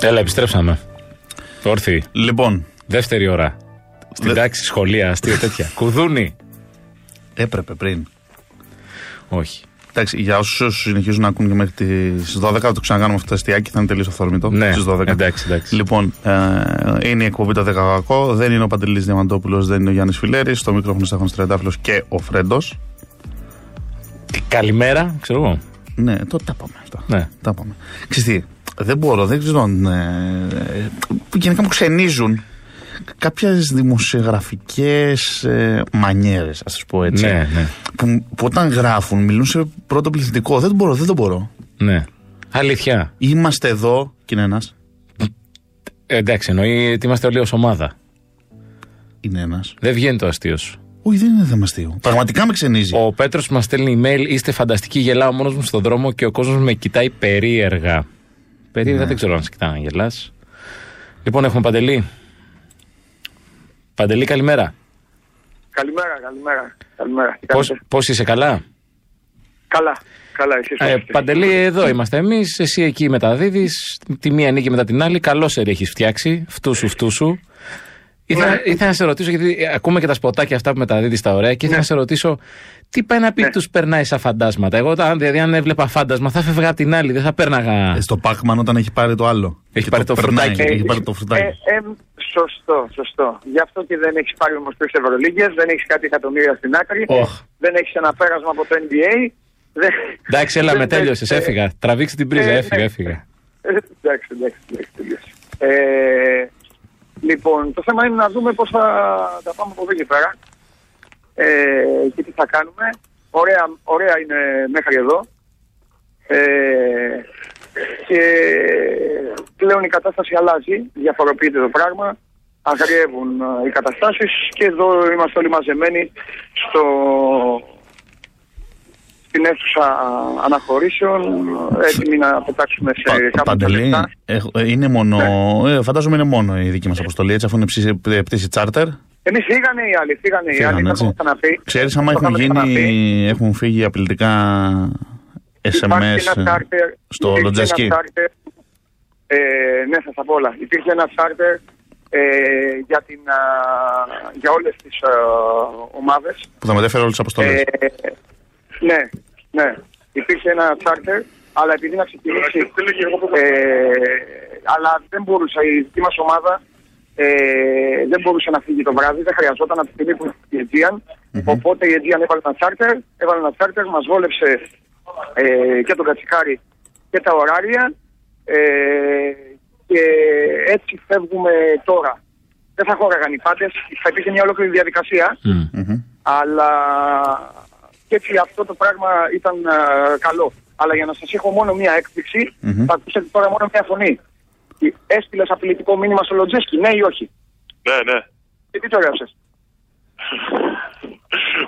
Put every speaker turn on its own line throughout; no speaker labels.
Έλα, επιστρέψαμε. Όρθιοι.
Λοιπόν,
Δεύτερη ώρα. Στην
Δε-
τάξη, σχολεία, αστεία, τέτοια. Κουδούνι.
έπρεπε πριν.
Όχι.
Εντάξει, για όσους συνεχίζουν να ακούν και μέχρι τις 12, θα το ξανακάνουμε αυτό το αστείακι, θα είναι τελείως αυθόρμητο.
Ναι,
στις 12.
εντάξει, εντάξει.
Λοιπόν, ε, είναι η εκπομπή το 10 κακό. Δεν είναι ο Παντελής Διαμαντόπουλος, δεν είναι ο Γιάννης Φιλέρης. Στο μικρόφωνο Στέφανος Τρεντάφυλλο και ο Φρέντος.
Τι, καλημέρα, ξέρω εγώ.
Ναι, το τα πάμε αυτά.
Ναι.
Τα πάμε. Ξέρεις τι, δεν μπορώ, δεν ξέρω. Ναι, γενικά μου ξενίζουν κάποιες δημοσιογραφικές ε, μανιέρες, ας τις πω έτσι.
Ναι, ναι.
Που, που όταν γράφουν μιλούν σε πρώτο πληθυντικό. Δεν μπορώ, δεν το μπορώ.
ναι. Αλήθεια.
Είμαστε εδώ, και είναι ένας.
Ε, εντάξει, εννοεί ότι είμαστε όλοι ως ομάδα.
Είναι ένας.
Δεν βγαίνει το αστείο σου.
Όχι, δεν είναι θέμα αστείου. Πραγματικά με ξενίζει.
Ο Πέτρος μας στέλνει email. Είστε φανταστικοί. Γελάω μόνος μου στον δρόμο και ο κόσμος με κοιτάει περίεργα. Περίεργα δεν ξέρω αν σε κοιτάνε, γελάς. Λοιπόν, έχουμε παντελή. Παντελή, καλημέρα.
Καλημέρα, καλημέρα. καλημέρα. Τι
Πώς,
κάνετε?
πώς είσαι καλά.
Καλά, καλά, εσείς
Ε,
πώς είστε?
Παντελή, εδώ είμαστε εμείς. Εσύ εκεί μεταδίδεις. Τη μία νίκη μετά την άλλη. Καλό σερ έχεις φτιάξει. Φτού σου, φτού σου. Ήθελα,
Ναι.
ήθελα να σε ρωτήσω, γιατί ε, ακούμε και τα σποτάκια αυτά που μεταδίδεις τα ωραία,
Ναι.
και ήθελα να σε ρωτήσω, τι πάει να πει τους περνάει σαν φαντάσματα. Εγώ, όταν, δηλαδή, αν έβλεπα φάντασμα, θα φεύγα απ' την άλλη, δεν θα πέρναγα.
Ε, στο Πάκμαν όταν έχει πάρει το άλλο.
Έχει
Και
πάρει το
περνάει,
φρουτάκι.
Έχει πάρει το
Ε,
φρουτάκι.
ε, σωστό, σωστό. Γι' αυτό και δεν έχεις πάρει όμως τρεις Ευρωλίγκες, δεν έχεις κάτι εκατομμύρια στην άκρη,
Ωχ.
δεν έχεις ένα πέρασμα από το NBA. Δεν...
Εντάξει, έλα
δεν-
με
δεν-
τέλειωσες,
ε,
έφυγα. Τραβήξε την πρίζα,
ε,
έφυγα,
ναι.
έφυγα.
ε, εντάξει, εντάξει, εντάξει, τελείωσε. Ε, λοιπόν, το θέμα είναι να δούμε πώς θα τα πάμε από εδώ και πέρα ε, και τι θα κάνουμε. Ωραία, ωραία είναι μέχρι εδώ. Ε, και πλέον η κατάσταση αλλάζει, διαφοροποιείται το πράγμα, αγριεύουν ε, οι καταστάσεις και εδώ είμαστε όλοι μαζεμένοι στο, στην αίθουσα αναχωρήσεων, έτοιμοι να πετάξουμε σε
Πα-
κάποια
Παντελή,
λεπτά.
έχ- ε, είναι μόνο. ε, φαντάζομαι είναι μόνο η δική μας αποστολή, έτσι, αφού είναι ψήση- ε, πτήση τσάρτερ.
Εμείς φύγανε οι άλλοι, φύγανε οι
Φύγανε,
άλλοι, το
έτσι.
έχουμε ξαναπεί.
Ξέρεις άμα
Το
έχουν,
είχαμε
γίνει,
ξαναπεί.
έχουν φύγει απειλητικά
Υπάρχει
SMS
ένα charter,
στο
υπήρχε
Λοντζασκί.
ένα charter, Ε, ναι, θα τα πω όλα. Υπήρχε ένα charter ε, για, την, α, για όλες τις α, ομάδες.
Που θα μετέφερε όλες τις αποστολές.
Ε, ναι, ναι. Υπήρχε ένα charter, αλλά επειδή να ξεκινήσει... Ε, αλλά δεν μπορούσε, η δική μας ομάδα ε, δεν μπορούσε να φύγει το βράδυ, δεν χρειαζόταν από τη στιγμή που η Aegean. Οπότε η Aegean έβαλε ένα charter, έβαλε ένα charter, μας βόλεψε ε, και τον Κατσικάρη και τα ωράρια ε, και έτσι φεύγουμε τώρα. Δεν θα χώραγαν οι πάτες, θα υπήρχε μια ολόκληρη διαδικασία
Μμ.
αλλά και έτσι αυτό το πράγμα ήταν α, καλό. Αλλά για να σας έχω μόνο μία έκπληξη, θα ακούσετε τώρα μόνο μία φωνή. Τι- Έστειλες απειλητικό μήνυμα στο Λοντζέσκι, ναι ή όχι.
Ναι, ναι.
Και τι το έγραψες.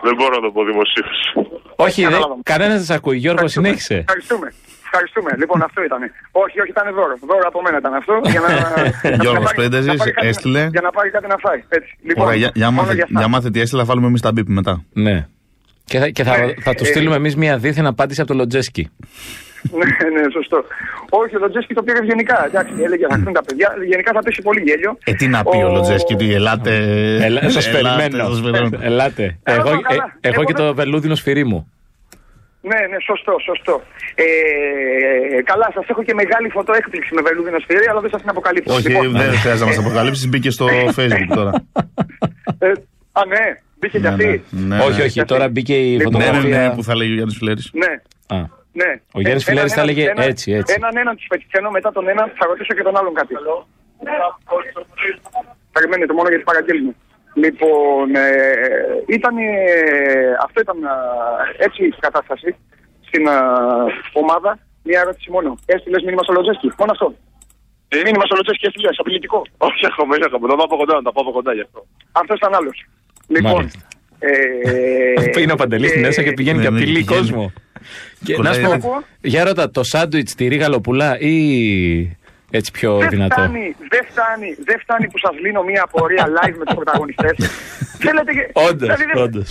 Δεν μπορώ να το πω δημοσίως.
Όχι,
Κατάλαβα.
κανένας δεν σε ακούει. Γιώργος,
Ευχαριστούμε.
συνέχισε.
Ευχαριστούμε. Ευχαριστούμε. Λοιπόν, αυτό ήταν. Όχι, όχι, ήταν δώρο. Δώρο από μένα ήταν αυτό. Για να, για να
Γιώργος
πάρει-
Πέντεζης
να πάρει κάτι-
έστειλε.
Για να πάρει κάτι να φάει. Έτσι. Λοιπόν,
Ωραία, για, για,
μόνο
μάθε,
για αυτά.
για μάθε τι έστειλα, βάλουμε εμείς τα μπίπ μετά.
Ναι. Και θα, και θα,
Ναι.
θα του
Ε,
στείλουμε εμείς μια δίθεν απάντηση από το Λοντζέσκι.
ναι, ναι, σωστό. Όχι, ο Λοντζέσκι το πήρε ευγενικά. Εντάξει, έλεγε θα χτούν τα παιδιά. Γενικά θα πέσει πολύ γέλιο.
Ε, τι να πει ο Λοντζέσκι, τι ελάτε.
Ε, Ελά, σας
ελάτε,
περιμένω. Ε,
σας περιμένω.
Ελάτε.
Καλά,
Εγώ,
καλά.
ε, εγώ
Εγώ
και
δεν-
το βελούδινο σφυρί μου.
Ναι, ναι, σωστό, σωστό. Ε, καλά, σας έχω και μεγάλη φωτοέκπληξη με βελούδινο σφυρί, αλλά δεν σας την αποκαλύψω.
Όχι, ναι.
Λοιπόν,
δεν χρειάζεται να μας αποκαλύψεις, μπήκε στο facebook τώρα.
ε, α, ναι, μπήκε κι
Ναι,
αυτή.
ναι, ναι,
όχι,
ναι.
όχι, τώρα μπήκε η
Λοιπόν,
Ναι, ναι,
φωτογραφία.
ναι, που θα λέει ο Γιάννης Φιλέρης.
Ναι,
Α.
ναι.
Ο Γιάννης
Ε,
Φιλέρης θα
έναν-
έλεγε
έναν-
έτσι, έτσι.
Έναν έναν τους πετυχαίνω, μετά τον έναν θα ρωτήσω και τον άλλον κάτι. Περιμένετε μόνο γιατί παραγγέλνω. Λοιπόν, ε, ήταν, ε, αυτό ήταν α, έτσι η κατάσταση στην α, ομάδα. Μία ερώτηση μόνο. Έστειλες μήνυμα στο Λοτζέσκι. Μόνο αυτό. Ε, Μήνυμα στο Λοτζέσκι έστειλες. Απειλητικό.
Όχι, ακόμα, είναι ακόμα. Να πάω από κοντά, να τα πάω από κοντά γι' αυτό.
Αυτό ήταν άλλος. Λοιπόν.
Μάλιστα.
Ε,
Είναι ο Παντελής στην ΕΣΑ και πηγαίνει
ναι,
και
ναι,
απειλεί
πηγαίνει.
κόσμο. Και να
Κολλάει.
σου πω,
Ακούω.
για ρώτα, το σάντουιτ στη ρίγα λοπουλά ή έτσι πιο
Δεν
δυνατό.
φτάνει, δεν φτάνει, δεν φτάνει που σας λύνω μία απορία live με τους πρωταγωνιστές. Θέλετε και.
Όντως,
δηλαδή δεν-
όντως.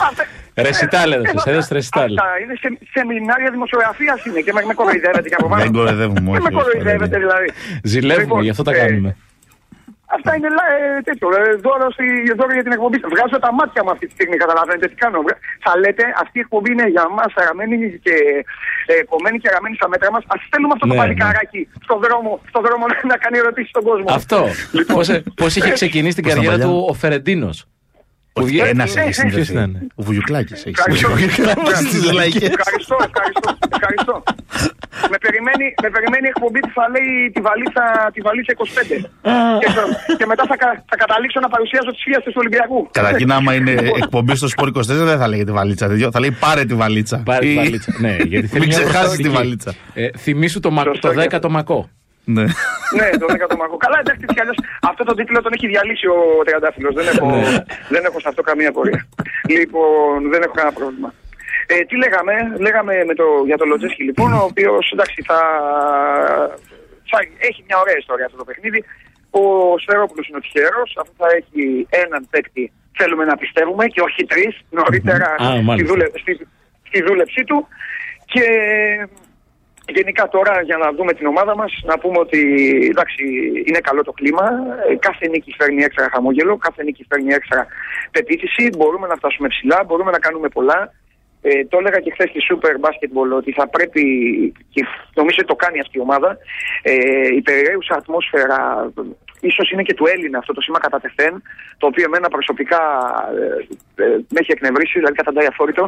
Αυτά-
Ρεσιτάλ έδωσες,
Εδώ-
έδωσες ρεσιτάλ.
ε, Αυτά είναι σε, σεμινάρια δημοσιογραφίας είναι και με, με κοροϊδεύετε και από πάνω.
Δεν κοροϊδεύουμε,
Δεν με
όχι, όχι,
κοροϊδεύετε
δεν.
δηλαδή.
Ζηλεύουμε,
Λοιπόν,
γι' αυτό τα
ε,
κάνουμε.
Αυτά είναι λα- ε, τέτοιο. Ε, δώρο, στη- δώρο για την εκπομπή. Βγάζω τα μάτια μου αυτή τη στιγμή, καταλαβαίνετε τι κάνω. Βγα- Θα λέτε, αυτή η εκπομπή είναι για μας αραμένη και ε, κομμένη και αραμένη στα μέτρα μας. Ας στέλνουμε αυτό το
Ναι, ναι.
παλικάράκι στον δρόμο, στον δρόμο να κάνει ερωτήσεις στον κόσμο.
Αυτό.
Λοιπόν.
Πώς, ε, πώς είχε ξεκινήσει την
Πώς ήταν
καριέρα
παλιά?
του ο Φερεντίνος. Που βγε-
Ένα έχει
ποιος
συνδεθεί.
ήταν?
Ο Βουγιουκλάκης έχει
Ευχαριστώ.
συνδεθεί. Στις λαϊκές.
Ευχαριστώ, ευχαριστώ. ευχαριστώ. με, περιμένει, με περιμένει η εκπομπή που θα λέει τη βαλίτσα, τη βαλίτσα 25. και, θα- και, μετά θα, κα- θα καταλήξω να παρουσιάσω τις φίαστε του Ολυμπιακού.
Καταρχήν, άμα είναι
Λοιπόν,
εκπομπή στο Σπορ 24, δεν θα λέγεται βαλίτσα. τέτοιο. Θα λέει πάρε τη βαλίτσα.
Πάρε τη
Ή-
βαλίτσα. ναι, γιατί θέλει
Μην
μια
ξεχάσεις τη
προστορική.
βαλίτσα.
Ε, θυμήσου το, μα...
Σωστό
το
και
10
αυτό.
το μακό.
Ναι.
ναι, το 10 Μαρκό. Καλά, εντάξει, κι αλλιώς αυτό το τίτλο τον έχει διαλύσει ο Τριαντάφυλλος. Δεν, έχω,
Ναι.
δεν έχω σε αυτό καμία πορεία. λοιπόν, δεν έχω κανένα πρόβλημα. Ε, τι λέγαμε, λέγαμε με το, για τον Λοτζέσκι λοιπόν, ο οποίος εντάξει θα, θα, έχει μια ωραία ιστορία αυτό το παιχνίδι. Ο Σφερόπουλος είναι ο τυχερός, αφού θα έχει έναν παίκτη, θέλουμε να πιστεύουμε, και όχι τρεις, νωρίτερα
Α,
στη,
μάλιστα.
δούλε- στη, στη δούλεψή του. Και ε, γενικά τώρα για να δούμε την ομάδα μας, να πούμε ότι εντάξει είναι καλό το κλίμα, ε, κάθε νίκη φέρνει έξτρα χαμόγελο, κάθε νίκη φέρνει έξτρα πεποίθηση, μπορούμε να φτάσουμε ψηλά, μπορούμε να κάνουμε πολλά. Ε, το έλεγα και χθες στη Super Basketball ότι θα πρέπει, και νομίζω το κάνει αυτή η ομάδα, ε, η περιραίουσα ατμόσφαιρα, ίσως είναι και του Έλληνα αυτό το σήμα κατά τεθέν, το οποίο εμένα προσωπικά ε, ε, με έχει εκνευρίσει, δηλαδή καταντάει αφόρητο,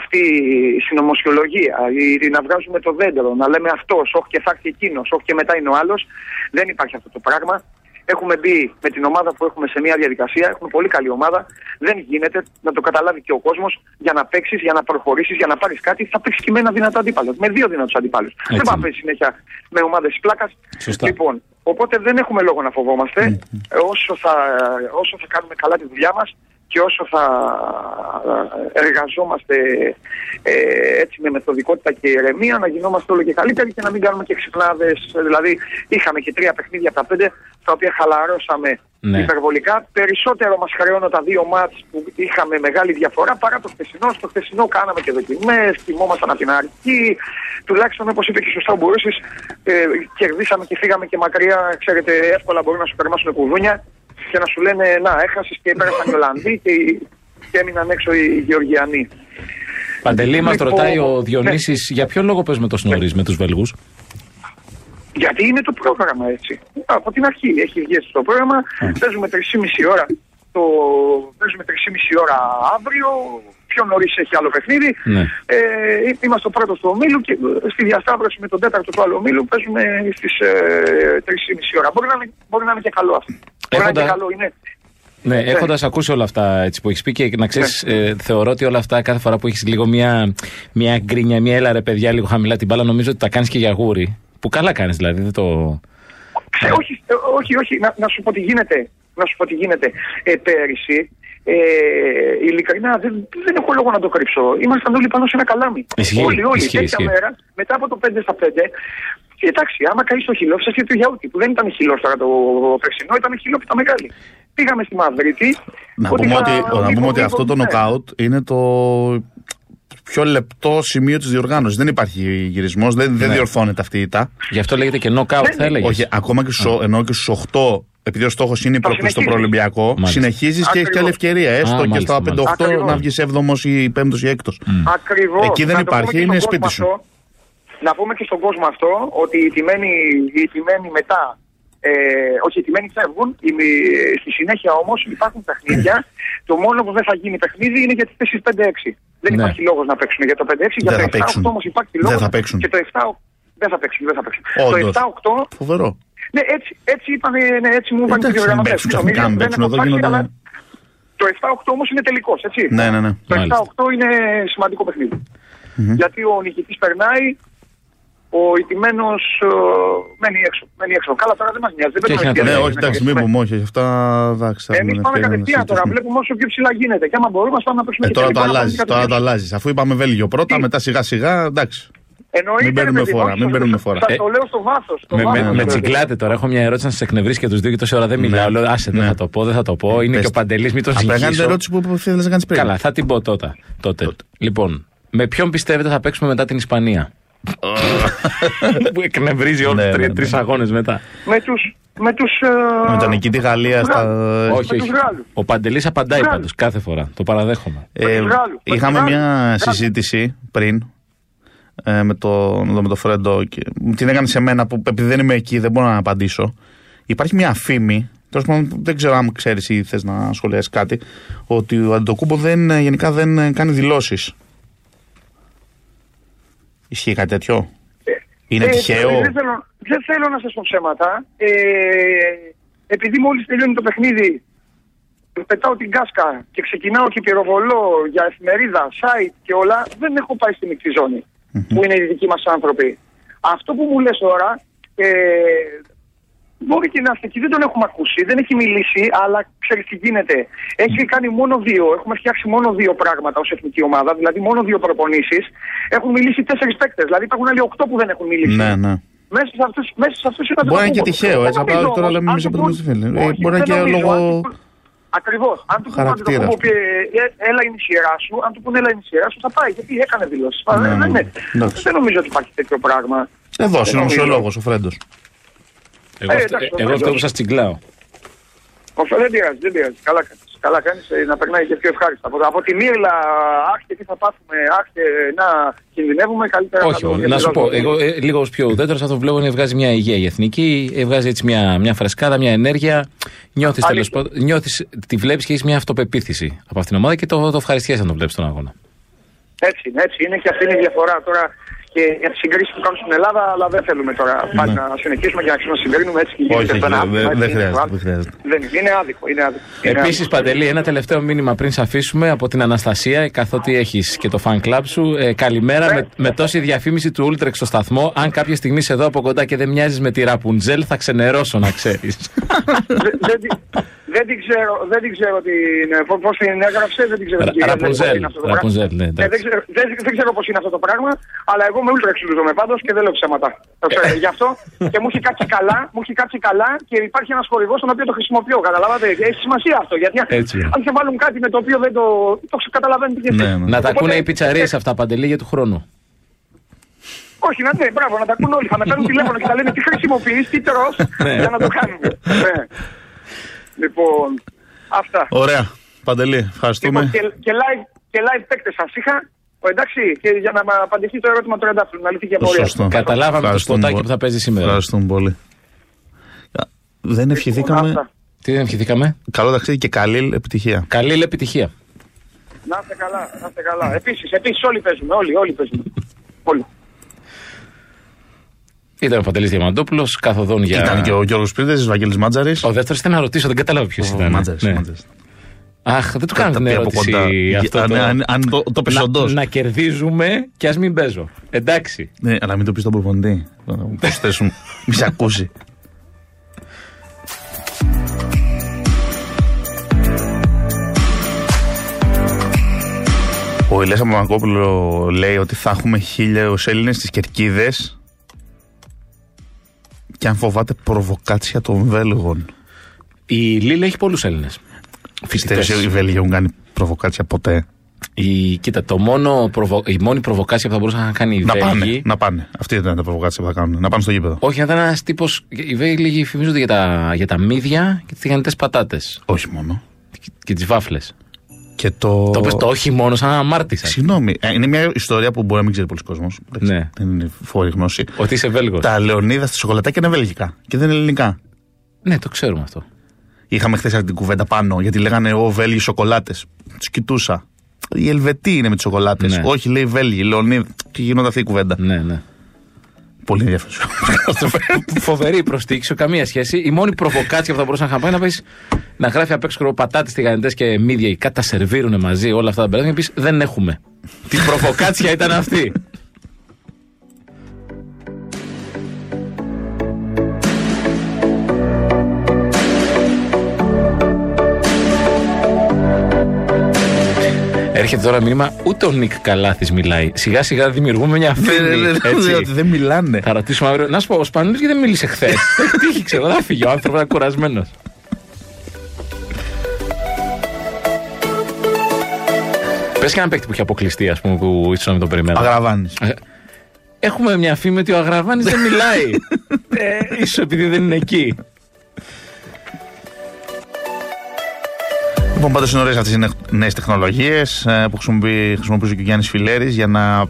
αυτή η συνωμοσιολογία, η, να βγάζουμε το δέντρο, να λέμε αυτός, όχι και θα έρθει εκείνος, όχι και μετά είναι ο άλλος, δεν υπάρχει αυτό το πράγμα. Έχουμε μπει με την ομάδα που έχουμε σε μια διαδικασία. Έχουμε πολύ καλή ομάδα. Δεν γίνεται να το καταλάβει και ο κόσμος για να παίξεις, για να προχωρήσεις, για να πάρεις κάτι. Θα παίξεις και με ένα δυνατό αντίπαλο. Με δύο δυνατούς αντιπάλους.
Έτσι
Δεν πάμε
είναι.
συνέχεια με ομάδες πλάκας.
Σωστά.
Λοιπόν, οπότε δεν έχουμε λόγο να φοβόμαστε. Ε, Όσο θα, όσο θα κάνουμε καλά τη δουλειά μας και όσο θα εργαζόμαστε ε, έτσι με μεθοδικότητα και ηρεμία, να γινόμαστε όλο και καλύτεροι και να μην κάνουμε και ξυπνάδε. Δηλαδή, είχαμε και τρία παιχνίδια από τα πέντε, τα οποία χαλαρώσαμε
Ναι.
υπερβολικά. Περισσότερο μας χρεώνω τα δύο μάτς που είχαμε μεγάλη διαφορά παρά το χθεσινό. Στο χθεσινό κάναμε και δοκιμές, κοιμόμασταν από την αρχή. Τουλάχιστον, όπως είπε και σωστά ο Μπουρούσης, ε, κερδίσαμε και φύγαμε και μακριά. Ξέρετε, εύκολα μπορεί να σου περμάσουν κουδούνια και να σου λένε Να, έχασες και πέρασαν οι Ολλανδοί και, οι- και έμειναν έξω οι Γεωργιανοί.
Παντελή, μας
Λοιπόν,
ρωτάει ο
ναι.
Διονύσης για ποιο λόγο παίζουμε το σνορί με τους Βελγού.
Γιατί είναι το πρόγραμμα έτσι. Από την αρχή έχει βγει έτσι το πρόγραμμα. Παίζουμε 3,5 ώρα. Το... Παίζουμε 3,5 ώρα αύριο. Πιο νωρίς έχει άλλο παιχνίδι.
Ναι.
Ε, είμαστε ο πρώτος του ομίλου και ε, στη διασταύρωση με τον τέταρτο του άλλου ομίλου παίζουμε στις ε, 3,5 ώρα. Μπορεί να, είναι, μπορεί να είναι και καλό αυτό. Μπορεί να είναι
Έχοντα-
και καλό. Είναι,
Ναι, έχοντας ακούσει όλα αυτά έτσι, που έχεις πει και να ξέρεις,
Ναι.
ε, θεωρώ ότι όλα αυτά κάθε φορά που έχεις λίγο μια, μια γκρίνια, μια έλα ρε παιδιά, λίγο χαμηλά την μπάλα, νομίζω ότι τα κάνεις και για γούρι. Που καλά κάνεις δηλαδή, δεν το.
Ξε, όχι, ε, όχι, όχι, να, να σου πω τι γίνεται. Να σου πω τι γίνεται. Ε, πέρυσι, ε, ειλικρινά, δεν, δεν έχω λόγο να το κρύψω. Ήμασταν όλοι πάνω σε ένα καλάμι.
Ισχύει,
όλοι, όλοι.
ισχύει,
τέτοια
ισχύει.
μέρα, μετά από το 5 στα 5, και εντάξει, άμα καεί το χιλό, ψάχνει του γιαούτη που δεν ήταν χιλό τώρα το περσινό, ήταν χιλό που ήταν μεγάλη. Πήγαμε στη Μαδρίτη.
Να πούμε
θα-
ότι, να
μήπως-
πούμε ότι αυτό το
μήπως- ναι.
νοκάουτ είναι το πιο λεπτό σημείο της διοργάνωσης. Δεν υπάρχει γυρισμός, δεν, δεν
Ναι.
διορθώνεται αυτή η ήττα.
Γι' αυτό λέγεται και knockout,
Ναι,
θα
ναι.
έλεγες.
Όχι, ακόμα και στου, ενώ και στους 8, επειδή ο στόχος είναι η
Το
πρόκληση στο
συνεχίζεις.
προελπιακό,
Μάλιστα.
συνεχίζεις και έχεις και άλλη
Ακριβώς.
ευκαιρία. Έστω και
μάλιστα,
στα 5-8
μάλιστα.
να βγεις 7ο ή 5ο ή 6ο.
Ακριβώς.
Εκεί δεν υπάρχει, είναι σπίτι σου.
να πούμε και στον κόσμο αυτό ότι οι τιμένοι, οι τιμένοι μετά. Ε, όχι, οι τιμένοι φεύγουν. οι μη- στη συνέχεια όμως υπάρχουν παιχνίδια.
Ναι.
το μόνο που δεν θα γίνει παιχνίδι είναι για τις θέσει 5-6. Δεν
Ναι.
υπάρχει λόγος να παίξουν για το 5-6. Για
Δεν θα
το 7-8
παίξουν.
όμως υπάρχει
Δεν
λόγος.
θα παίξουν.
Και το 7-8 δεν θα παίξουν. Δεν θα παίξουν.
Όντως.
Το 7-8
Φοβερό.
ναι, έτσι, έτσι, είπαν, ναι, έτσι μου είπαν
Εντάξει,
οι διοργανωτέ.
παίξουν ξαφνικά, μην παίξουν, εδώ γίνονται-
Το 7-8 όμως είναι τελικός, έτσι.
Ναι, ναι, ναι.
Το
Μάλιστα.
7-8 είναι σημαντικό παιχνίδι. Γιατί ο νικητής περνάει, ο ηττημένος μένει, έξω, μένει έξω. Καλά, τώρα δεν μας νοιάζει. Δεν
Και έχει
παίζουμε
ένα
Ναι,
Ναι,
όχι, εντάξει, μην πούμε, όχι. Αυτά εντάξει, θα
Εμεί
δούμε,
πάμε
ευκαιρία να
κατευθείαν τώρα.
συζητήσουμε.
Βλέπουμε όσο πιο ψηλά γίνεται. Και άμα μπορούμε, ας πάμε να
Ε,
παίξουμε και
τώρα το
τελικό, να πάμε
αλλάζει.
κάτι
Τώρα το
τέτοιο.
αλλάζεις. Αφού είπαμε Βέλγιο πρώτα,
Τι?
μετά σιγά σιγά. Εντάξει.
Εννοείται.
Μην
ρε
παίρνουμε
παιδί,
φορά,
όχι,
μην
σας-
παίρνουμε φορά.
Σας το λέω στο βάθος.
Με, με,
βάζω,
με
ναι.
τσιγκλάτε τώρα. Έχω μια ερώτηση να σα εκνευρίσει και τους δύο και τόση ώρα δεν μιλάω. Λέω, άσε, δεν
Ναι.
θα το πω, δεν θα το πω. Είναι
Πες
και ο
το.
Παντελής, μην το
Απλά κάνεις την
συγχύσω.
ερώτηση που θέλεις να κάνεις πριν.
Καλά, θα την πω τότε. τότε. Λοιπόν, με ποιον πιστεύετε θα παίξουμε μετά την Ισπανία. που εκνευρίζει όλου
Ναι, ναι,
τρει
ναι.
αγώνες μετά.
Με τους... Με τους... ε,
Με τον νικητή Γαλλία στα.
όχι,
τους
όχι.
Γάλλους.
Ο Παντελής απαντάει
Γάλλους.
πάντω κάθε φορά. Το παραδέχομαι.
Ε,
τους Γάλλους, με τους
είχαμε
Γάλλους.
μια
Μπράβο.
συζήτηση πριν ε, με, το, με τον Φρέντο και την έκανε σε μένα που επειδή δεν είμαι εκεί δεν μπορώ να απαντήσω. Υπάρχει μια φήμη, τέλος πάντων δεν ξέρω αν ξέρεις ή θες να σχολιάσεις κάτι, ότι ο Αντοκούμπο δεν, ε, γενικά δεν ε, κάνει δηλώσεις. Ισχύει κάτι τέτοιο. Είναι
ε,
τυχαίο.
Δεν θέλω, δεν θέλω να σας πω ψέματα. Ε, επειδή μόλις τελειώνει το παιχνίδι, πετάω την κάσκα και ξεκινάω και πυροβολώ για εφημερίδα, site και όλα, δεν έχω πάει στη μικρή ζώνη, που είναι οι δικοί μας άνθρωποι. Αυτό που μου λες τώρα, ε, Μπορεί και να είστε εκεί, δεν τον έχουμε ακούσει, δεν έχει μιλήσει, αλλά ξέρεις τι γίνεται. Έχει κάνει μόνο δύο, έχουμε φτιάξει μόνο δύο πράγματα ως εθνική ομάδα, δηλαδή μόνο δύο προπονήσεις. Έχουν μιλήσει τέσσερις παίκτες, δηλαδή υπάρχουν άλλοι οκτώ που δεν έχουν μιλήσει.
Ναι, ναι.
Μέσα σε αυτούς, μέσα σε αυτούς είναι
Μπορεί να είναι και τυχαίο,
Αντετοκούμπο.
έτσι.
Δεν
Απλά
νομίζω
τώρα
όμως,
λέμε
αν
εμείς
του
από
πούν-
τον φίλε.
όχι,
Μπορεί να είναι
δεν
και
νομίζω, αν του
λόγω.
πούν- Ακριβώς. Αν του πούνε
χαρακτήρα,
Αντετοκούμπο,
ας πούμε.
πει, «Ε, έλα είναι η σειρά σου, αν του πούνε έλα είναι η σειρά σου, θα πάει. Γιατί έκανε δηλώσεις.
Ναι,
Αλλά δεν
ναι.
είναι.
Εντάξει. Ε,
Δεν νομίζω ότι υπάρχει τέτοιο πράγμα.
Εδώ είναι
νομίζω.
ο λόγο ο Φρέντος.
Εγώ,
Ε,
αυτό-
εντάξει,
εγώ αυτό
εντάξει.
που σα τσιγκλάω.
Όχι, δεν πειράζει, δεν πειράζει. Καλά κάνεις. Καλά κάνεις, ε, να περνάει και πιο ευχάριστα. Από, από τη μύρλα, αχ και τι θα πάθουμε, αχ και να κινδυνεύουμε, καλύτερα
Όχι,
Ε, το
όχι, να σου
διασκεδάζουμε.
πω. Εγώ ε, λίγο ως πιο ουδέτερος, αυτό που βλέπω είναι βγάζει μια υγεία η εθνική, ε, βγάζει έτσι μια, μια φρεσκάδα, μια ενέργεια. Νιώθεις τέλος
Αλήθεια.
πάντων. Νιώθεις, τη βλέπεις και έχεις μια αυτοπεποίθηση από αυτήν την ομάδα και το, το ευχαριστιέσαι να τον βλέπει τον αγώνα.
Έτσι είναι, έτσι είναι και αυτή είναι η διαφορά τώρα και για τις συγκρίσεις που κάνουν στην Ελλάδα, αλλά δεν θέλουμε τώρα
Ναι.
πάλι να συνεχίσουμε και να αρχίσουμε να συγκρίνουμε έτσι και γίνεται
Όχι,
το ένα
όχι, δεν-
άθλημα,
δεν
έτσι γίνεται το
χρειάζεται,
άλλο.
δεν χρειάζεται.
Δεν είναι, είναι άδικο, είναι άδικο. είναι
Επίσης,
άδικο.
Παντελή, ένα τελευταίο μήνυμα πριν σε αφήσουμε από την Αναστασία, καθότι έχεις και το fan club σου. Ε, καλημέρα.
Ναι.
Με, με τόση διαφήμιση του Ultrex στο σταθμό, αν κάποια στιγμή σε δω από κοντά και δεν μοιάζεις με τη Ραπουνζέλ, θα ξενερώσω να ξέρεις.
Δεν- δεν τη- δεν την ξέρω, δεν την ξέρω την, ε, πώς- πώς την έγραψε, δεν την ξέρω.
Ρα-
την κυρία, δεν
Ραπουνζέλ,
ξέρω πώς είναι αυτό το πράγμα.
Ραπουνζέλ, ναι, εντάξει.
Ε, δεν ξέρω- Δεν δεν ξέρω πώς είναι αυτό το πράγμα, αλλά εγώ με ούλτρα εξηλούζομαι πάντως και δεν λέω ψέματα. Το ξέρω, Γι' αυτό και μου έχει κάτσει καλά, μου έχει κάτσει καλά και υπάρχει ένας χορηγός τον οποίο το χρησιμοποιώ, καταλάβατε. Έχει σημασία αυτό, γιατί αν-
Έτσι είναι.
αν σε βάλουν κάτι με το οποίο δεν το... Το καταλαβαίνετε και
Ναι, ναι.
να τα
Οπότε- Ε,
ακούνε οι πιτσαρίες αυτά, Παντελή, για του χρόνου.
όχι, να ναι, μπράβο, να τα ακούν όλοι. Θα με παίρνουν τηλέφωνο και θα λένε τι χρησιμοποιείς, τι τρώ, για να το κάνουμε. Ναι. Λοιπόν, αυτά.
Ωραία. Παντελή, ευχαριστούμε.
Λοιπόν, και, και live, και live παίκτες σας είχα. Ο, εντάξει, και για να μ' απαντηθεί το ερώτημα του Ρεντάφλου, να λυθεί και η απορία.
Σωστό.
Καταλάβαμε το
Ευχαριστούμε
σποτάκι
πολύ.
που θα παίζει σήμερα.
Ευχαριστούμε πολύ. Α, Δεν ευχηθήκαμε.
Αυτά.
Τι δεν ευχηθήκαμε.
Καλό ταξίδι και καλή επιτυχία.
Καλή λέει, επιτυχία.
Να είστε καλά, να είστε καλά. Επίσης, επίσης όλοι παίζουμε, όλοι, όλοι παίζουμε. όλοι.
Ήταν ο Παντελή Διαμαντόπουλος, καθοδόν για.
Ήταν και ο Γιώργος Πρίδε, ο Βαγγέλης Μάτζαρης.
Ο δεύτερος ήταν να ρωτήσω, δεν κατάλαβα ποιος ήταν.
Μάτζαρης,
Ναι.
Μάτζαρης.
Αχ, δεν του
Τα-
κάναμε
τα
την
πει από
ερώτηση
κοντά. ναι,
αυτό.
Αν-
το-
αν- Αν το- το πεσοντό.
να, να κερδίζουμε και ας μην παίζω. Εντάξει.
Ναι, αλλά μην το πεις στον προπονητή. Να μου προσθέσουν. Μη σε ακούσει. Ο Ηλίας Αμαμακόπουλο λέει ότι θα έχουμε χίλιους Έλληνες στις Κερκίδες και αν φοβάται προβοκάτσια των Βέλγων.
Η Λίλα έχει πολλούς Έλληνες.
Πιστεύεις ότι οι Βέλγοι έχουν κάνει προβοκάτσια ποτέ.
Η, κοίτα, το μόνο προβο- η μόνη προβοκάσια που θα μπορούσαν να κάνει οι
Να πάνε,
Βέλγοι.
να πάνε. Αυτή ήταν τα προβοκάτσια που θα κάνουν. Να πάνε στο γήπεδο.
Όχι, να ήταν ένας τύπος. Οι Βέλγοι φημίζονται για τα, για τα μύδια και τις τηγανιτέ πατάτες
Όχι μόνο.
και, και τις βάφλες.
Και το...
Το πες το όχι μόνο, σαν αμάρτησα.
Συγγνώμη, ε, είναι μια ιστορία που μπορεί να μην ξέρει πολλοί κόσμος.
Ναι.
Δεν είναι φόρη γνώση.
Ότι είσαι Βέλγος.
Τα Λεωνίδα στα σοκολατάκια είναι βελγικά και δεν είναι ελληνικά.
Ναι, το ξέρουμε αυτό.
Είχαμε χθες αυτή την κουβέντα πάνω γιατί λέγανε Ω Βέλγοι σοκολάτες. Τους κοιτούσα. Οι Ελβετοί είναι με τι σοκολάτες.
Ναι.
Όχι, λέει Βέλγοι, Λεωνίδα. Και γινόταν αυτή η κουβέντα.
Ναι, ναι.
Πολύ ενδιαφέρον.
Φοβερή προστίξιο, καμία σχέση. Η μόνη προβοκάτσια που θα μπορούσε να είχαν πάει να πεις να γράφει απ' έξω πατάτες, τηγανιτές και μύδια. Οι τα σερβίρουν μαζί όλα αυτά τα μπερδάκια και να πεις δεν έχουμε. Τι προβοκάτσια ήταν αυτή. έρχεται τώρα μήνυμα, ούτε ο Νικ Καλάθης μιλάει. Σιγά σιγά δημιουργούμε μια
Ναι, ναι,
φήμη.
ναι,
έτσι.
Ότι δεν μιλάνε.
Θα ρωτήσουμε αύριο. Να σου πω, ο Σπανούλης γιατί δεν μίλησε χθες. Τύχη, ξέρω, θα φύγει ο άνθρωπος, ήταν κουρασμένος. Πες και έναν παίκτη που έχει αποκλειστεί, ας πούμε, που ήσουν να τον περιμένω.
Αγραβάνει.
Έχουμε μια φήμη ότι ο Αγραβάνης δεν μιλάει. ε, ίσως επειδή δεν είναι εκεί.
Λοιπόν, πάντως είναι ωραίε αυτέ οι νέες τεχνολογίες ε, που χρησιμοποιεί, χρησιμοποιούσε και ο Γιάννης Φιλέρης για να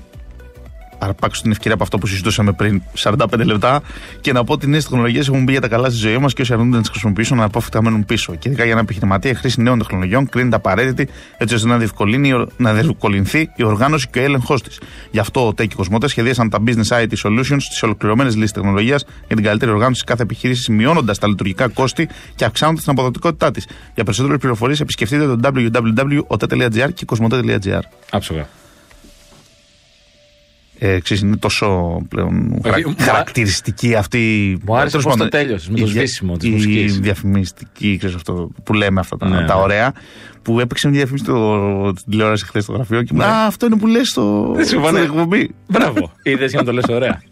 αρπάξω την ευκαιρία από αυτό που συζητούσαμε πριν 45 λεπτά και να πω ότι οι νέες τεχνολογίες έχουν μπει για τα καλά στη ζωή μας και όσοι αρνούνται να τις χρησιμοποιήσουν αναπόφευκτα μένουν πίσω. Και ειδικά για ένα επιχειρηματία, η χρήση νέων τεχνολογιών κρίνεται απαραίτητη έτσι ώστε να, διευκολύνει- να διευκολυνθεί η οργάνωση και ο έλεγχός της. Γι' αυτό ο Τέκη Κοσμότε σχεδίασαν τα Business IT Solutions, τι ολοκληρωμένες λύσεις τεχνολογίας για την καλύτερη οργάνωση κάθε επιχείρησης, μειώνοντας τα λειτουργικά κόστη και αυξάνοντας την αποδοτικότητά της. Για περισσότερες πληροφορίες επισκεφτείτε το www.ota.gr και κοσμοτέ.gr.
Άψογα.
Ε, ξέρεις, είναι τόσο πλέον χαρα-
μου α-
χαρακτηριστική αυτή.
Μου άρεσε
τέλος
πώς το
πάντων,
τέλειωσες, με το
η δια-
σβήσιμο της
η
μουσικής.
διαφημιστική, ξέρεις αυτό που λέμε αυτά τα,
Ναι.
τα ωραία. Που έπαιξε μια διαφήμιση στο- στην τηλεόραση χθες στο γραφείο και μου λέει, Α, αυτό είναι που λες στο.
Δεν Ναι. σου
στην
φανέ-
εκπομπή.
Μπράβο. Είδες για να το λες ωραία.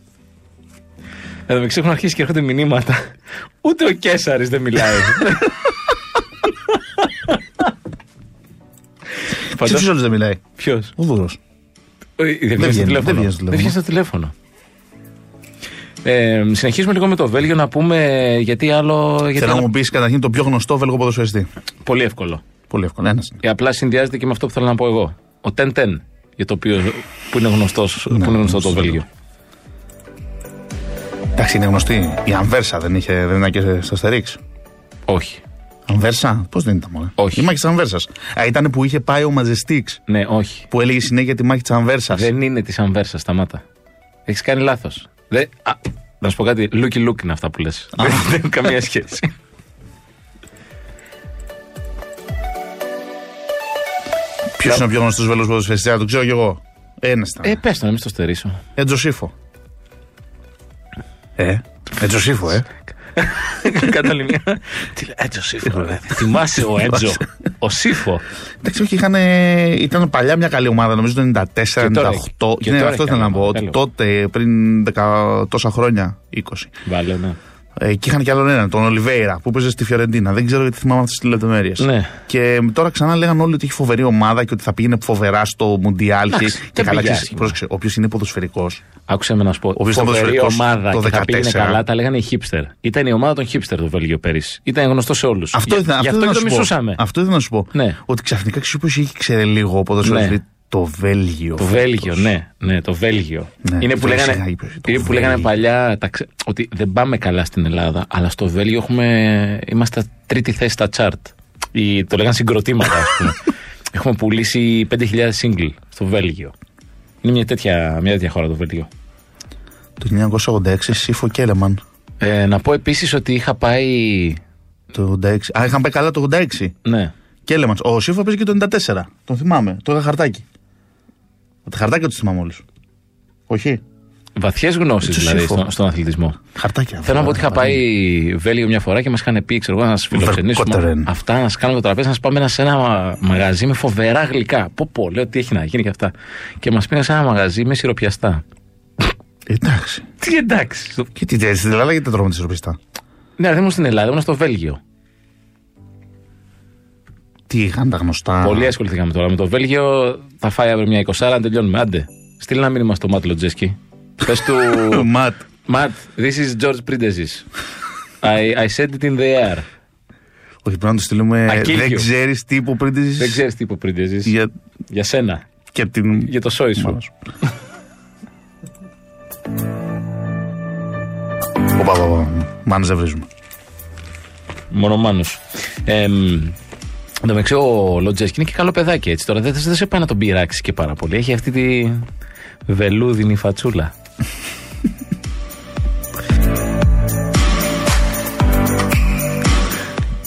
Εδώ μεταξύ έχουν αρχίσει και έρχονται μηνύματα. Ούτε ο Κέσσαρη δεν μιλάει.
Σε ποιου
Φαντάζομαι.
όλου δεν μιλάει.
Ποιος.
Ο Δούρο.
Ε, Δεν
βγαίνει,
βγαίνει στο
δεν
τηλέφωνο.
βγαίνει στο
Δεν βγαίνει στο τηλέφωνο. Ε, συνεχίζουμε λίγο με το Βέλγιο να πούμε γιατί άλλο. Γιατί
Θέλω να
άλλο-
μου πεις καταρχήν το πιο γνωστό Βέλγο ποδοσφαιριστή.
Πολύ εύκολο.
Πολύ εύκολο. Ένας.
Ε, απλά συνδυάζεται και με αυτό που θέλω να πω εγώ. Ο Τεν Τεν, για το οποίο, που είναι, γνωστός, που είναι γνωστό το
γνωστό.
Βέλγιο.
Εντάξει, είναι γνωστή. Η Αμβέρσα δεν, είχε, δεν ήταν και στο Αστερίξ.
Όχι.
Αμβέρσα, πώς δεν ήταν μόνο.
Όχι.
Η μάχη της Αμβέρσα. Ήταν που είχε πάει ο Μαζεστίξ
Ναι, όχι.
που έλεγε συνέχεια τη μάχη της Αμβέρσα.
Δεν είναι της Αμβέρσα, σταμάτα. Έχεις κάνει λάθος. Δεν... Α, Να σου πω κάτι. Λούκι λούκι είναι αυτά που λες. Δεν δεν έχουν καμία σχέση.
Ποιος είναι ο πιο γνωστός Βέλος ποδοσφαιριστή, το ξέρω κι εγώ. Ένας
ε,
ήταν.
πε το, να μην στο στερήσω.
Ε, Τζοσίφο. Ε, ε, Τζοσίφο, ε.
Κατάλληλη μια. Τι λέει, Έτζο Σύφο. ρε. Θυμάσαι ο Έτζο. Ο Σύφο.
Εντάξει, όχι, είχαν, ε, ήταν παλιά μια καλή ομάδα, νομίζω το 94-98.
Και τώρα- και
ναι,
τώρα
αυτό
έχει
ήθελα να
καλή
πω.
ομάδα,
Ότι
τέλος.
τότε, πριν δεκα, τόσα χρόνια, 20.
Βάλε, ναι.
Ε, και είχαν κι άλλον έναν, τον Ολιβέηρα, που παίζει στη Φιωρεντίνα. Δεν ξέρω γιατί θυμάμαι αυτές τις λεπτομέρειες.
Ναι.
Και τώρα ξανά λέγανε όλοι ότι έχει φοβερή ομάδα και ότι θα πήγαινε φοβερά στο Μουντιάλ. Και,
Εντάξει,
και
δεν
καλά,
πήγε
ξέρεις,
άσχημα.
πρόσεξε, όποιος είναι ποδοσφαιρικός.
Άκουσε με να σου πω.
οποίος ήταν
Φοβερή
ποδοσφαιρικός
ομάδα
το
και θα πήγαινε
14.
καλά, τα λέγανε οι hipster. Ήταν η ομάδα των hipster το Βέλγιο πέρυσι. Ήταν γνωστό σε όλους.
Αυτό ήθελα
Γι'
αυτό
αυτό και
ήθελα να
το
σου πω.
μισούσαμε.
Αυτό ήθελα να σου πω.
Ναι.
Ότι ξαφνικά ξέρει ποιο έχει ξέρει λίγο ποδοσφαιριστή.
Ναι.
δηλαδή, Το Βέλγιο.
Το Βέλγιο, ναι, ναι, το Βέλγιο.
Ναι,
είναι που
το
λέγανε,
Ισραήλ, το
είναι που λέγανε
Βέλγιο.
παλιά τα ξε- ότι δεν πάμε καλά στην Ελλάδα, αλλά στο Βέλγιο έχουμε, είμαστε τρίτη θέση στα chart. Ή, το λέγανε συγκροτήματα, ας πούμε. έχουμε πουλήσει 5.000 single στο Βέλγιο. Είναι μια τέτοια, μια τέτοια χώρα το Βέλγιο.
Το 1986 Σύφο Κέλεμαν.
Ε, να πω επίσης ότι είχα πάει.
Το 86. Α, είχαν πάει καλά το 86.
Ναι.
Κέλεμαν. Ο Σύφο παίζει και το 94. Τον θυμάμαι. Το είχα χαρτάκι. Τα χαρτάκια τους θυμάμαι όλους. Όχι.
Βαθιές γνώσεις
Τους
δηλαδή
σύμφω.
στον, στον αθλητισμό.
Χαρτάκια.
Θέλω να πω ότι είχα πάει Βέλγιο μια φορά και μας είχαν πει, ξέρω εγώ, να σας φιλοξενήσουμε.
Βερκότερεν.
Αυτά, να σας κάνουμε το τραπέζι, να σας πάμε σε ένα μα- μαγαζί με φοβερά γλυκά. Πω πω, λέω τι έχει να γίνει και αυτά. Και μας πήγαν σε ένα μαγαζί με σιροπιαστά.
Εντάξει.
Τι εντάξει.
Και τι τέτοια. Στην Ελλάδα γιατί δεν τρώμε τη σιροπιστά.
Ναι, αλλά δεν ήμουν στην Ελλάδα, ήμουν στο Βέλγιο.
Τι είχαν τα γνωστά.
Πολύ ασχοληθήκαμε τώρα με το Βέλγιο. Θα φάει αύριο μια 20 αν τελειώνουμε. Άντε. Στείλ ένα μήνυμα στο Μάτ Λοτζέσκι. Πες του.
Ματ.
Ματ, this is George Prindesis. I, I said it in the air.
Όχι, πρέπει να του στείλουμε.
Ακύλιο.
Δεν ξέρεις τι είπε ο Πρίντεζης
Δεν ξέρεις τι είπε ο Prindesis. Για...
Για,
σένα.
για την.
Για το σόι σου.
Μάλλον. Οπα, οπα, οπα. Μάνες δεν βρίζουμε.
Μόνο μάνο. Ε, Εν τω μεταξύ, ο Λοντζέσκι είναι και καλό παιδάκι έτσι τώρα. Δεν, δεν σε πάει να τον πειράξει και πάρα πολύ. Έχει αυτή τη βελούδινη φατσούλα.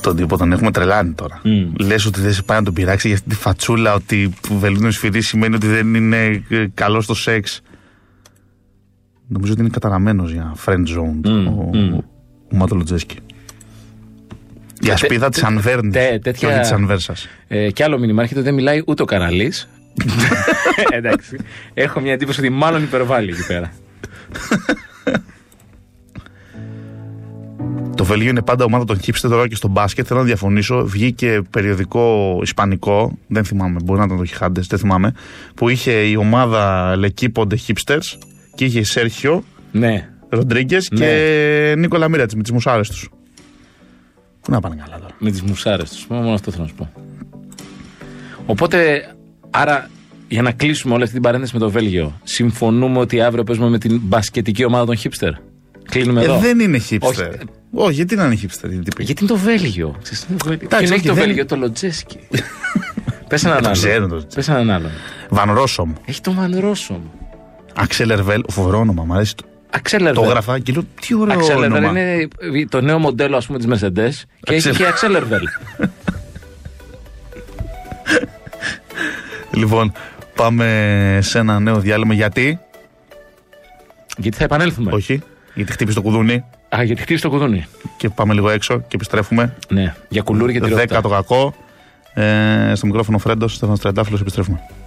Τον τύπο τον έχουμε τρελάνει τώρα.
Mm.
Λες ότι δεν σε πάει να τον πειράξει για αυτή τη φατσούλα ότι που βελούν σφυρί σημαίνει ότι δεν είναι ε, καλό στο σεξ. Νομίζω ότι είναι καταραμένος για friend zone
Mm,
ο, ο Μάτο Λοντζέσκι. Η ασπίδα τη Ανβέρνη.
τε-
Και
τέτοια-
όχι τη Ανβέρσα.
Ε, κι άλλο μήνυμα έρχεται, δεν μιλάει ούτε ο Καραλής, Εντάξει. Έχω μια εντύπωση ότι μάλλον υπερβάλλει εκεί πέρα.
Το Βέλγιο είναι πάντα ομάδα των χύψτε τώρα και στο μπάσκετ. Θέλω να διαφωνήσω. Βγήκε περιοδικό ισπανικό, δεν θυμάμαι, μπορεί να ήταν το Χιχάντε, δεν θυμάμαι, που είχε η ομάδα Λεκίποντε Hipsters και είχε Σέρχιο
ναι.
Ροντρίγκες και Νίκολα Μίρατ με τις μουσάρες τους. Πού να πάνε καλά τώρα.
Με τις μουσάρες τους. Μόνο αυτό θέλω να σου πω. Οπότε, άρα, για να κλείσουμε όλη αυτή την παρένθεση με το Βέλγιο, συμφωνούμε ότι αύριο παίζουμε με την μπασκετική ομάδα των hipster. Κλείνουμε
Ε,
εδώ.
δεν είναι
Όχι.
hipster. Όχι, γιατί να είναι hipster οι τύποι.
Γιατί είναι το Βέλγιο. Ξέρεις, είναι το Βέλγιο.
Εντάξει,
Ποιον
όχι,
έχει το
δεν-
Βέλγιο, το Λοτζέσκι. Πες έναν
το
άλλον.
ξέρω το Λοτζέσκι.
Πες έναν άλλον.
Βαν Ρώσομ,
Έχει το Μανρόσομ.
Αξέλ Ερβέλ, φοβερό όνομα, μου αρέσει. Το,
Αξέλερ.
το γράφα και λέω τι ωραίο
Αξέλερβελ
όνομα.
Ναι. είναι το νέο μοντέλο ας πούμε της Mercedes και έχει
Αξέλερ-
και Αξέλερβελ.
Λοιπόν, πάμε σε ένα νέο διάλειμμα. Γιατί,
γιατί θα επανέλθουμε.
όχι, γιατί χτύπησε το κουδούνι
Α, γιατί χτύπησε το κουδούνι.
και πάμε λίγο έξω και επιστρέφουμε.
Ναι, για κουλούρι και τη
10 το κακό. Ε, στο μικρόφωνο Φρέντος, Στέφανο Τρεντάφυλλο, επιστρέφουμε.